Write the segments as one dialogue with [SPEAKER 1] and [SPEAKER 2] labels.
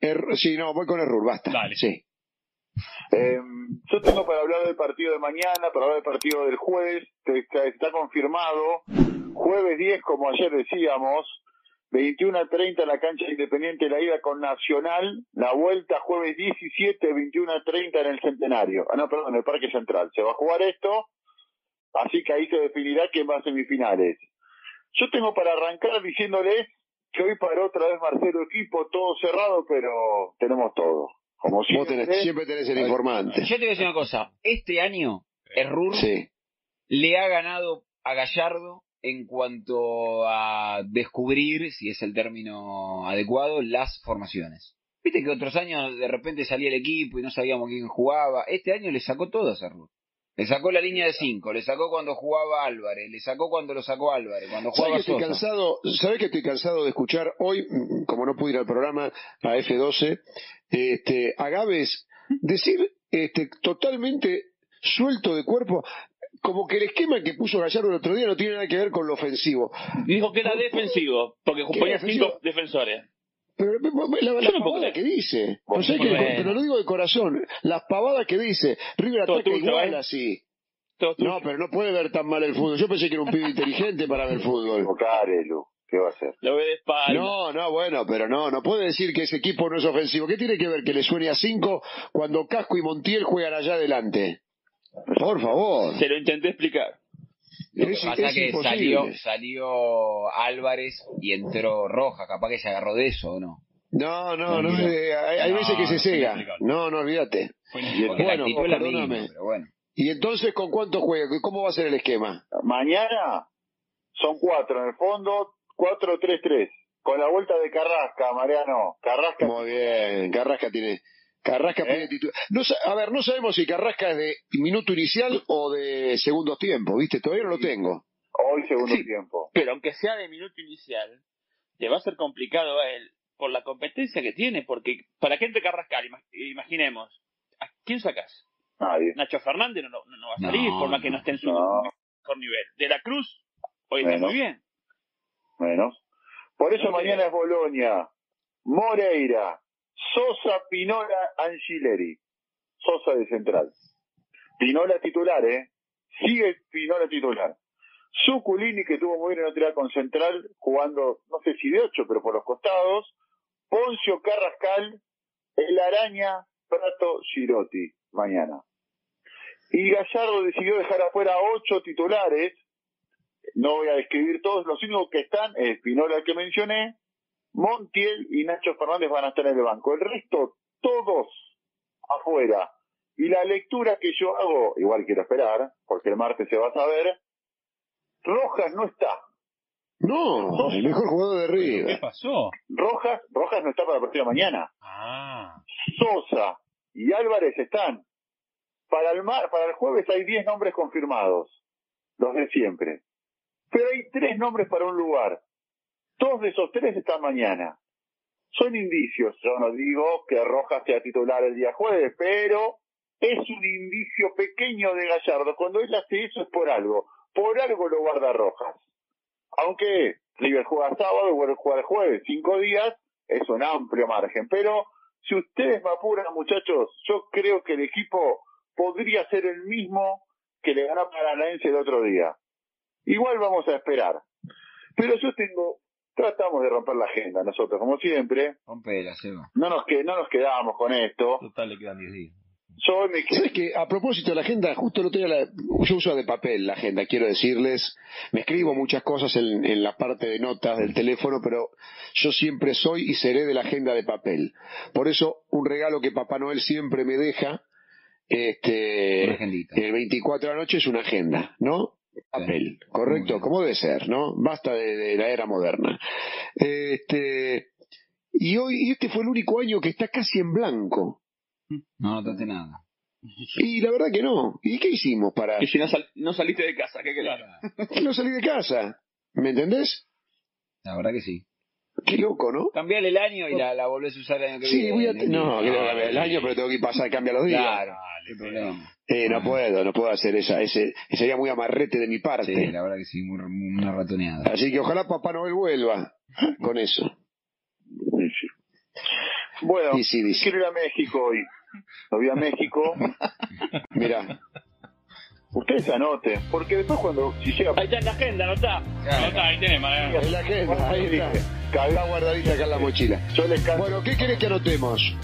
[SPEAKER 1] Er, Sí, no, voy con Errur, basta.
[SPEAKER 2] Dale.
[SPEAKER 1] Sí.
[SPEAKER 3] Eh, yo tengo para hablar del partido de mañana, para hablar del partido del jueves, que está, está confirmado. Jueves 10, como ayer decíamos, 21 a 30 en la cancha independiente, la ida con Nacional, la vuelta jueves 17, 21 a 30 en el Centenario. Ah, no, perdón, en el Parque Central. Se va a jugar esto, así que ahí se definirá quién va a semifinales. Yo tengo para arrancar diciéndoles que hoy para otra vez Marcelo equipo, todo cerrado, pero tenemos todo. Como
[SPEAKER 1] Vos
[SPEAKER 3] siempre,
[SPEAKER 1] tenés, siempre tenés el informante.
[SPEAKER 4] Yo te voy a decir una cosa. Este año,
[SPEAKER 1] Eh,
[SPEAKER 4] Errur
[SPEAKER 1] Sí.
[SPEAKER 4] le ha ganado a Gallardo en cuanto a descubrir, si es el término adecuado, las formaciones. Viste que otros años de repente salía el equipo y no sabíamos quién jugaba. Este año le sacó todo a Cerro. Le sacó la línea de cinco, le sacó cuando jugaba Álvarez, le sacó cuando lo sacó Álvarez, cuando
[SPEAKER 1] ¿Sabés
[SPEAKER 4] jugaba
[SPEAKER 1] que estoy
[SPEAKER 4] Sosa.
[SPEAKER 1] cansado? ¿Sabés que estoy cansado de escuchar hoy, mm, como no pude ir al programa, a F12, este, a Gávez decir este, totalmente suelto de cuerpo, como que el esquema que puso Gallardo el otro día no tiene nada que ver con lo ofensivo.
[SPEAKER 2] Dijo que era defensivo, porque ponía
[SPEAKER 1] defensivo?
[SPEAKER 2] cinco defensores.
[SPEAKER 1] Pero la, la
[SPEAKER 2] Yo no puedo
[SPEAKER 1] pavada
[SPEAKER 2] creer.
[SPEAKER 1] que dice, no
[SPEAKER 2] Bueno,
[SPEAKER 1] sé que-
[SPEAKER 2] bueno.
[SPEAKER 1] pero lo digo de corazón, las pavadas que dice, River
[SPEAKER 2] Todo
[SPEAKER 1] ataca
[SPEAKER 2] tuyo,
[SPEAKER 1] igual
[SPEAKER 2] ¿eh?
[SPEAKER 1] así.
[SPEAKER 2] Todos
[SPEAKER 1] No, pero no puede ver tan mal el fútbol. Yo pensé que era un pibe inteligente para ver fútbol.
[SPEAKER 3] Carelu, ¿qué va a hacer?
[SPEAKER 2] Lo ve de espalda.
[SPEAKER 1] No, no, bueno, pero no, no puede decir que ese equipo no es ofensivo. ¿Qué tiene que ver que le suene a cinco cuando Casco y Montiel juegan allá adelante? Por favor.
[SPEAKER 2] Se lo intenté explicar.
[SPEAKER 4] Lo que
[SPEAKER 1] Es-
[SPEAKER 4] pasa
[SPEAKER 1] es
[SPEAKER 4] que
[SPEAKER 1] imposible.
[SPEAKER 4] salió, salió Álvarez y entró Roja, capaz que se agarró de eso o no.
[SPEAKER 1] No, no,
[SPEAKER 4] No,
[SPEAKER 1] no.
[SPEAKER 4] no.
[SPEAKER 1] eh, hay hay
[SPEAKER 2] No,
[SPEAKER 1] veces que
[SPEAKER 2] no
[SPEAKER 1] se
[SPEAKER 2] se
[SPEAKER 1] cega.
[SPEAKER 2] explica.
[SPEAKER 1] No, no, olvídate.
[SPEAKER 4] Porque la
[SPEAKER 1] Bueno,
[SPEAKER 4] actitud es la misma,
[SPEAKER 1] perdóname.
[SPEAKER 4] pero bueno.
[SPEAKER 1] ¿Y entonces con cuánto juega? ¿Cómo va a ser el esquema?
[SPEAKER 3] Mañana son cuatro en el fondo, 4-3-3. Con la vuelta de Carrasca, Mariano. Carrasca.
[SPEAKER 1] Muy bien. Carrasca tiene. Carrasca pide
[SPEAKER 3] ¿Eh?
[SPEAKER 1] titu- No, sa- a ver, no sabemos si Carrasca es de minuto inicial o de segundos tiempos, ¿viste? Todavía no lo tengo.
[SPEAKER 3] Hoy segundo
[SPEAKER 2] Sí.
[SPEAKER 3] tiempo.
[SPEAKER 2] Pero aunque sea de minuto inicial, le va a ser complicado a él por la competencia que tiene. Porque, ¿para qué te Carrascal? Ima- Imaginemos. ¿A quién sacas?
[SPEAKER 3] Nadie.
[SPEAKER 2] Nacho Fernández no, no, no va a
[SPEAKER 4] No,
[SPEAKER 2] salir, por más que no esté en su
[SPEAKER 3] No.
[SPEAKER 2] mejor nivel. De la Cruz, hoy está
[SPEAKER 3] Bueno.
[SPEAKER 2] muy bien.
[SPEAKER 3] Menos. Por eso
[SPEAKER 2] No,
[SPEAKER 3] mañana es Bolonia, Moreira, Sosa, Pinola, Angileri. Sosa de central. Pinola titular, ¿eh? Sigue Pinola titular. Suculini, que tuvo muy bien en la tirada con central, jugando, no sé si de ocho, pero por los costados. Poncio Carrascal, El Araña, Prato, Girotti, mañana. Y Gallardo decidió dejar afuera a ocho titulares, no voy a describir todos, los únicos que están es Pinola que mencioné, Montiel y Nacho Fernández van a estar en el banco. El resto, todos afuera. Y la lectura que yo hago, igual quiero esperar, porque el martes se va a saber, Rojas no está.
[SPEAKER 1] No, el mejor jugador de
[SPEAKER 5] ¿Qué
[SPEAKER 1] River.
[SPEAKER 5] pasó?
[SPEAKER 3] Rojas, Rojas no está para el partido de mañana.
[SPEAKER 5] Ah,
[SPEAKER 3] Sosa y Álvarez están. Para el, mar- para el jueves hay 10 nombres confirmados, los de siempre. Pero hay tres nombres para un lugar. Dos de esos tres están mañana. Son indicios. Yo no digo que Rojas sea titular el día jueves, pero es un indicio pequeño de Gallardo. Cuando él hace eso es por algo. Por algo lo guarda Rojas. Aunque River juega sábado, vuelve a jugar jueves, cinco días, es un amplio margen. Pero si ustedes me apuran, muchachos, yo creo que el equipo podría ser el mismo que le ganó a Paranaense el otro día. Igual vamos a esperar. Pero yo tengo, tratamos de romper la agenda nosotros, como siempre.
[SPEAKER 4] Rompe la ceba.
[SPEAKER 3] No nos, que, no nos quedábamos con esto.
[SPEAKER 5] total, le quedan 10 días.
[SPEAKER 3] Yo hoy me quedé
[SPEAKER 1] ¿Sabes que A propósito de la agenda, justo el otro día la- yo uso de papel la agenda, quiero decirles. Me escribo muchas cosas en, en la parte de notas del teléfono, pero yo siempre soy y seré de la agenda de papel. Por eso, un regalo que Papá Noel siempre me deja,
[SPEAKER 4] Una
[SPEAKER 1] este,
[SPEAKER 4] agendita.
[SPEAKER 1] el 24 de la noche es una agenda, ¿no? Papel, correcto,
[SPEAKER 4] Muy bien.
[SPEAKER 1] como debe ser, ¿no? Basta de, de la era moderna. Este, y hoy, y este fue el único año que está casi en blanco.
[SPEAKER 4] No notaste nada.
[SPEAKER 1] Y la verdad que no. ¿Y qué hicimos para
[SPEAKER 2] Que si no, sal- no saliste de casa, ¿qué querés?
[SPEAKER 1] que no salí de casa? ¿Me entendés?
[SPEAKER 4] La verdad que sí.
[SPEAKER 1] Qué loco, ¿no?
[SPEAKER 4] Cambiale el año y la, la volvés a usar el año que
[SPEAKER 1] Sí,
[SPEAKER 4] viene.
[SPEAKER 1] voy a... No,
[SPEAKER 4] Ningún-
[SPEAKER 1] creo que el año, pero tengo que pasar, cambia los días.
[SPEAKER 4] Claro,
[SPEAKER 5] Dale,
[SPEAKER 4] qué problema.
[SPEAKER 1] Eh, no puedo, no puedo hacer esa. Ese, sería muy amarrete de mi parte.
[SPEAKER 4] Sí, la verdad que sí, muy, muy- una ratoneada.
[SPEAKER 1] Así que ojalá Papá Noel vuelva con eso.
[SPEAKER 3] Bueno,
[SPEAKER 1] Y sí, dice.
[SPEAKER 3] quiero ir a México hoy. Me voy a México.
[SPEAKER 1] Mirá,
[SPEAKER 3] Ustedes anoten, porque después cuando si llega
[SPEAKER 2] Ahí está en la agenda, ¿no está? No está, ahí tenés, Mariano.
[SPEAKER 1] en la agenda, ahí está. Está guardadita acá en la mochila.
[SPEAKER 3] yo les canto.
[SPEAKER 1] Bueno, ¿qué querés que anotemos?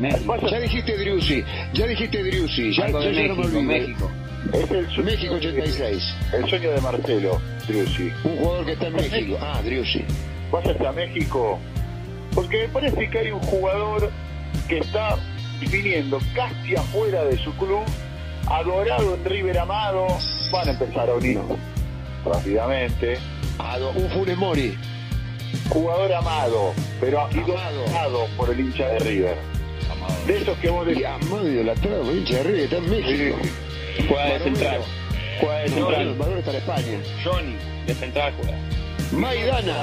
[SPEAKER 4] México.
[SPEAKER 3] Vaya,
[SPEAKER 1] Ya dijiste Driussi, ya dijiste Driussi, ya,
[SPEAKER 4] Algo
[SPEAKER 1] ya,
[SPEAKER 4] de
[SPEAKER 1] ya no me
[SPEAKER 4] México,
[SPEAKER 1] olvido.
[SPEAKER 4] México.
[SPEAKER 3] es el sueño,
[SPEAKER 1] México 86,
[SPEAKER 3] el sueño de Marcelo, Driussi.
[SPEAKER 1] un jugador que está en México. Ah, Driussi.
[SPEAKER 3] Vaya hasta México, porque me parece que hay un jugador que está viniendo casi afuera de su club, adorado en River Amado. Van a empezar a unir rápidamente.
[SPEAKER 1] Ado- Ah, Un Funes Mori.
[SPEAKER 3] Jugador amado, pero
[SPEAKER 1] Amado.
[SPEAKER 3] adorado por el hincha de River. De esos que vos
[SPEAKER 1] Y
[SPEAKER 3] decís.
[SPEAKER 1] amado idolatrado, por hincha de River, está en México.
[SPEAKER 2] Juega de
[SPEAKER 1] Baromero.
[SPEAKER 2] central. Juega de
[SPEAKER 1] No, el
[SPEAKER 2] central.
[SPEAKER 1] valor está en España.
[SPEAKER 2] Johnny, de central juega.
[SPEAKER 1] Maidana.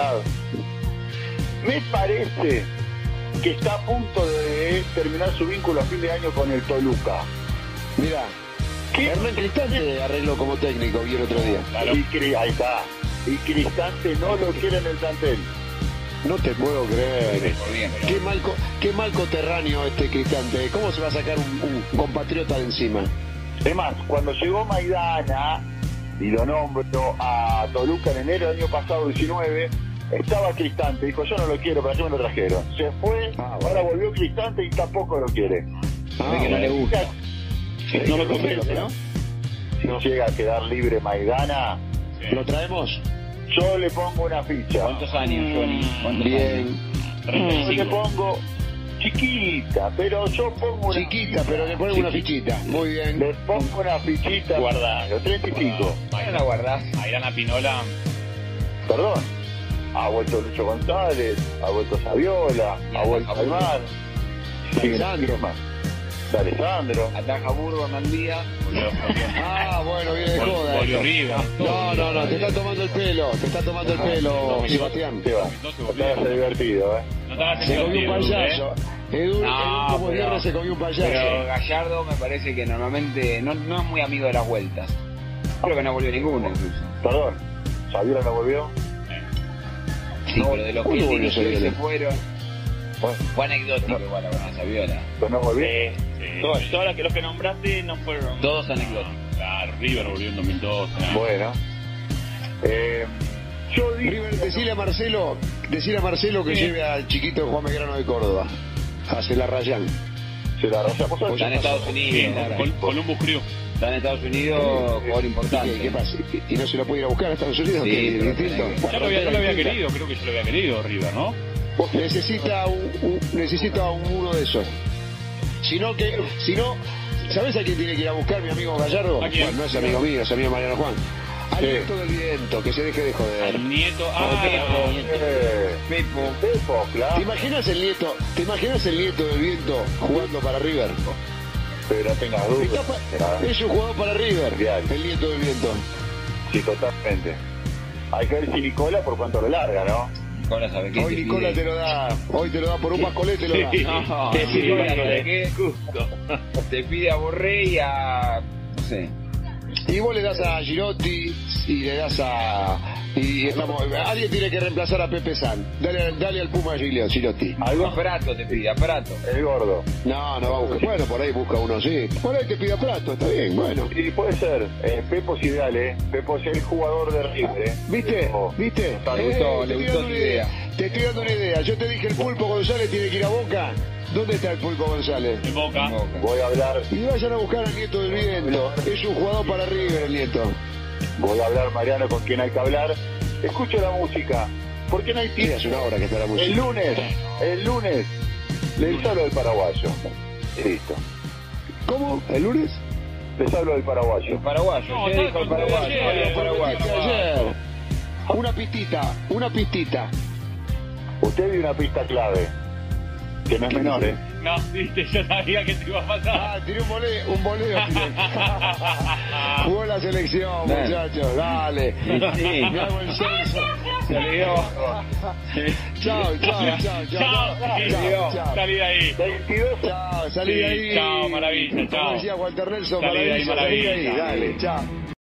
[SPEAKER 3] Me parece que está a punto de terminar su vínculo a fin de año con el Toluca.
[SPEAKER 1] Mirá,
[SPEAKER 3] ¿Qué?
[SPEAKER 1] Hernán Cristante arregló como técnico, vi el otro día.
[SPEAKER 2] Claro.
[SPEAKER 3] Y, Cri- ahí está. Y Cristante no lo quiere en el plantel.
[SPEAKER 1] No te puedo creer.
[SPEAKER 4] Por bien, pero-
[SPEAKER 1] Qué mal, co- qué mal coterráneo este Cristante. ¿Cómo se va a sacar un, un compatriota de encima?
[SPEAKER 3] Es más, cuando llegó Maidana, y lo nombro a Toluca en enero del año pasado, 19, estaba Cristante. Dijo, yo no lo quiero, ¿para qué me lo trajeron? Se fue,
[SPEAKER 1] Ah, bueno.
[SPEAKER 3] ahora volvió Cristante y tampoco lo quiere.
[SPEAKER 1] Ah,
[SPEAKER 4] que no le gusta.
[SPEAKER 1] No me convence, ¿no?
[SPEAKER 3] Si llega a quedar libre Maidana,
[SPEAKER 1] ¿Lo traemos?
[SPEAKER 3] yo le pongo una ficha.
[SPEAKER 4] ¿Cuántos años, Johnny? ¿Cuántos años?
[SPEAKER 1] Bien.
[SPEAKER 3] Yo le pongo chiquita, pero yo pongo una
[SPEAKER 1] Chiquita, pero le ponemos una fichita. Muy bien.
[SPEAKER 3] le pongo una fichita.
[SPEAKER 2] Guarda.
[SPEAKER 3] Los 35.
[SPEAKER 4] Ahora la guardás.
[SPEAKER 2] Ah, Mayrana Pinola.
[SPEAKER 3] Perdón. Ha vuelto Lucho González, ha vuelto Saviola,
[SPEAKER 4] Y
[SPEAKER 3] ha vuelto
[SPEAKER 4] Alejandro.
[SPEAKER 3] Almar.
[SPEAKER 1] Alejandro.
[SPEAKER 3] más. Alessandro.
[SPEAKER 4] Ataja Burgo, Mandía.
[SPEAKER 1] Ah, bueno, viene de joda.
[SPEAKER 2] Volvió
[SPEAKER 1] esto.
[SPEAKER 2] Rivas.
[SPEAKER 1] No, no, no, te está tomando el pelo. Te está tomando el pelo, Sebastián.
[SPEAKER 3] Se va.
[SPEAKER 2] No
[SPEAKER 3] Acá
[SPEAKER 2] se
[SPEAKER 3] va a
[SPEAKER 2] volvió.
[SPEAKER 3] ser divertido, ¿eh?
[SPEAKER 2] No estaba
[SPEAKER 1] Se
[SPEAKER 2] haciendo
[SPEAKER 1] cogió un
[SPEAKER 2] partido, ¿eh?
[SPEAKER 1] payaso. Edu, Edu
[SPEAKER 4] No,
[SPEAKER 1] como
[SPEAKER 4] pero-
[SPEAKER 1] guerra se cogió un
[SPEAKER 4] Pero
[SPEAKER 1] payaso.
[SPEAKER 4] Gallardo me parece que normalmente no, no es muy amigo de las vueltas. Creo que no volvió ninguno incluso.
[SPEAKER 3] Perdón. Saviola no volvió.
[SPEAKER 4] Sí, pero de los que
[SPEAKER 1] ¿cuándo
[SPEAKER 4] él
[SPEAKER 1] volvió
[SPEAKER 4] dirigió y se
[SPEAKER 1] Saviola?
[SPEAKER 4] fueron.
[SPEAKER 3] Bueno,
[SPEAKER 4] Fue anecdótico igual la verdad, Saviola.
[SPEAKER 3] pues no volvió.
[SPEAKER 4] Eh.
[SPEAKER 2] Sí, sí.
[SPEAKER 3] Todos.
[SPEAKER 2] Todas las que los que nombraste no fueron. Ah,
[SPEAKER 4] Todos anecdóticos.
[SPEAKER 2] Claro, River volvió en 2012. nada.
[SPEAKER 3] Bueno. Eh, yo digo.
[SPEAKER 1] River, decile a Marcelo, decile a Marcelo que
[SPEAKER 2] Sí.
[SPEAKER 1] lleve al chiquito Juan Megrano de Córdoba. Hace la rayán.
[SPEAKER 3] Se la raya. ¿Vos sabés
[SPEAKER 4] Está Pues en
[SPEAKER 3] qué pasó?
[SPEAKER 4] Estados Unidos.
[SPEAKER 2] Bien,
[SPEAKER 4] ahora.
[SPEAKER 2] Col- Columbus Crew.
[SPEAKER 4] Está en Estados Unidos, jugador
[SPEAKER 1] ¿Qué, qué
[SPEAKER 4] importante.
[SPEAKER 1] pasa? ¿Y no se lo puede ir a buscar a Estados Unidos?
[SPEAKER 4] Sí,
[SPEAKER 1] ¿Qué,
[SPEAKER 4] pero
[SPEAKER 1] distinto?
[SPEAKER 4] tenés que-
[SPEAKER 2] Yo lo había, yo lo había querido, creo que yo lo había querido, River, ¿no?
[SPEAKER 1] Necesita un, un- necesita un- uno de esos. Si no, que, si no, ¿sabes a quién tiene que ir a buscar mi amigo Gallardo?
[SPEAKER 2] ¿A quién?
[SPEAKER 1] Bueno, no es amigo mío, es amigo Mariano Juan. Al
[SPEAKER 3] Sí.
[SPEAKER 1] nieto del viento, que se deje de joder.
[SPEAKER 2] Al nieto. Ah,
[SPEAKER 3] Eh,
[SPEAKER 4] Pepo.
[SPEAKER 3] Pepo, claro.
[SPEAKER 1] ¿Te imaginas el nieto, te imaginas el nieto del viento jugando para River?
[SPEAKER 3] Pero no tengas dudas.
[SPEAKER 1] Está pa-
[SPEAKER 3] Será-
[SPEAKER 1] Es un jugador para River,
[SPEAKER 3] Bien.
[SPEAKER 1] el nieto del viento.
[SPEAKER 3] Ah, Sí, totalmente. Hay que ver si Nicola por cuánto lo larga, ¿no?
[SPEAKER 4] Nicola sabe qué.
[SPEAKER 1] Hoy Nicola te lo da, hoy te lo da por un pascolé, te lo da.
[SPEAKER 2] Sí.
[SPEAKER 4] No,
[SPEAKER 2] Te pide
[SPEAKER 4] Nicola
[SPEAKER 2] algo
[SPEAKER 4] sabe
[SPEAKER 2] de-
[SPEAKER 4] qué. Te pide a Borré y a. No sé.
[SPEAKER 1] Y vos le das a Girotti y le das a... Y estamos, alguien tiene que reemplazar a Pepe San. Dale, dale al Puma a Giglio, Girotti.
[SPEAKER 4] Algo a Prato te pide, a Prato.
[SPEAKER 3] El gordo.
[SPEAKER 1] No, no va a buscar. Bueno, por ahí busca uno, sí. Por ahí te pida plato, está bien, bueno.
[SPEAKER 3] Y puede ser. Eh, Pepo es ideal, ¿eh? Pepo es el jugador de River, ¿eh?
[SPEAKER 1] ¿Viste?
[SPEAKER 3] Pepo.
[SPEAKER 1] ¿Viste?
[SPEAKER 4] Le gustó,
[SPEAKER 1] Eh,
[SPEAKER 4] le
[SPEAKER 1] te estoy dando
[SPEAKER 4] gustó tu
[SPEAKER 1] una idea.
[SPEAKER 4] idea.
[SPEAKER 1] Te estoy dando una idea. Yo te dije el pulpo González tiene que ir a Boca. ¿Dónde está el pulpo González?
[SPEAKER 2] En Boca.
[SPEAKER 4] Boca.
[SPEAKER 3] Voy a hablar,
[SPEAKER 1] Y vayan a buscar al nieto del viento. Es un jugador para River, el nieto.
[SPEAKER 3] voy a hablar, Mariano, con quien hay que hablar. Escucho la música. ¿Por qué no hay
[SPEAKER 1] Y
[SPEAKER 3] tiempo?
[SPEAKER 1] hace una hora que está la
[SPEAKER 3] El
[SPEAKER 1] música.
[SPEAKER 3] lunes, el lunes, les hablo del paraguayo. Listo.
[SPEAKER 1] ¿Cómo? ¿El lunes?
[SPEAKER 3] Les hablo del paraguayo.
[SPEAKER 4] El paraguayo.
[SPEAKER 2] No,
[SPEAKER 4] ¿Qué
[SPEAKER 2] no,
[SPEAKER 4] dijo el
[SPEAKER 2] no,
[SPEAKER 4] paraguayo?
[SPEAKER 2] no,
[SPEAKER 4] Habló
[SPEAKER 2] no,
[SPEAKER 4] paraguayo.
[SPEAKER 1] Porque ayer. Una pistita, una pistita.
[SPEAKER 3] Usted dio una pista clave, que no es menor, ¿eh?
[SPEAKER 2] No, viste, yo sabía que te iba a pasar.
[SPEAKER 1] Ah, tiré un voleo, un voleo. tiré. Jugó la selección,
[SPEAKER 4] Bien.
[SPEAKER 1] muchachos, dale.
[SPEAKER 4] Sí.
[SPEAKER 1] Me hago el censo.
[SPEAKER 4] Se olvidó.
[SPEAKER 1] Chao, chao, chao,
[SPEAKER 2] Chao,
[SPEAKER 1] chao.
[SPEAKER 2] querido.
[SPEAKER 1] chao.
[SPEAKER 2] Salí de ahí.
[SPEAKER 3] 22
[SPEAKER 1] Chao, salí de
[SPEAKER 2] Sí,
[SPEAKER 1] ahí.
[SPEAKER 2] chao, maravilla,
[SPEAKER 1] Como
[SPEAKER 2] chao.
[SPEAKER 1] decía Walter Nelson,
[SPEAKER 2] Salí de ahí,
[SPEAKER 1] maravilla, salí de ahí.
[SPEAKER 2] maravilla.
[SPEAKER 1] Dale, chao.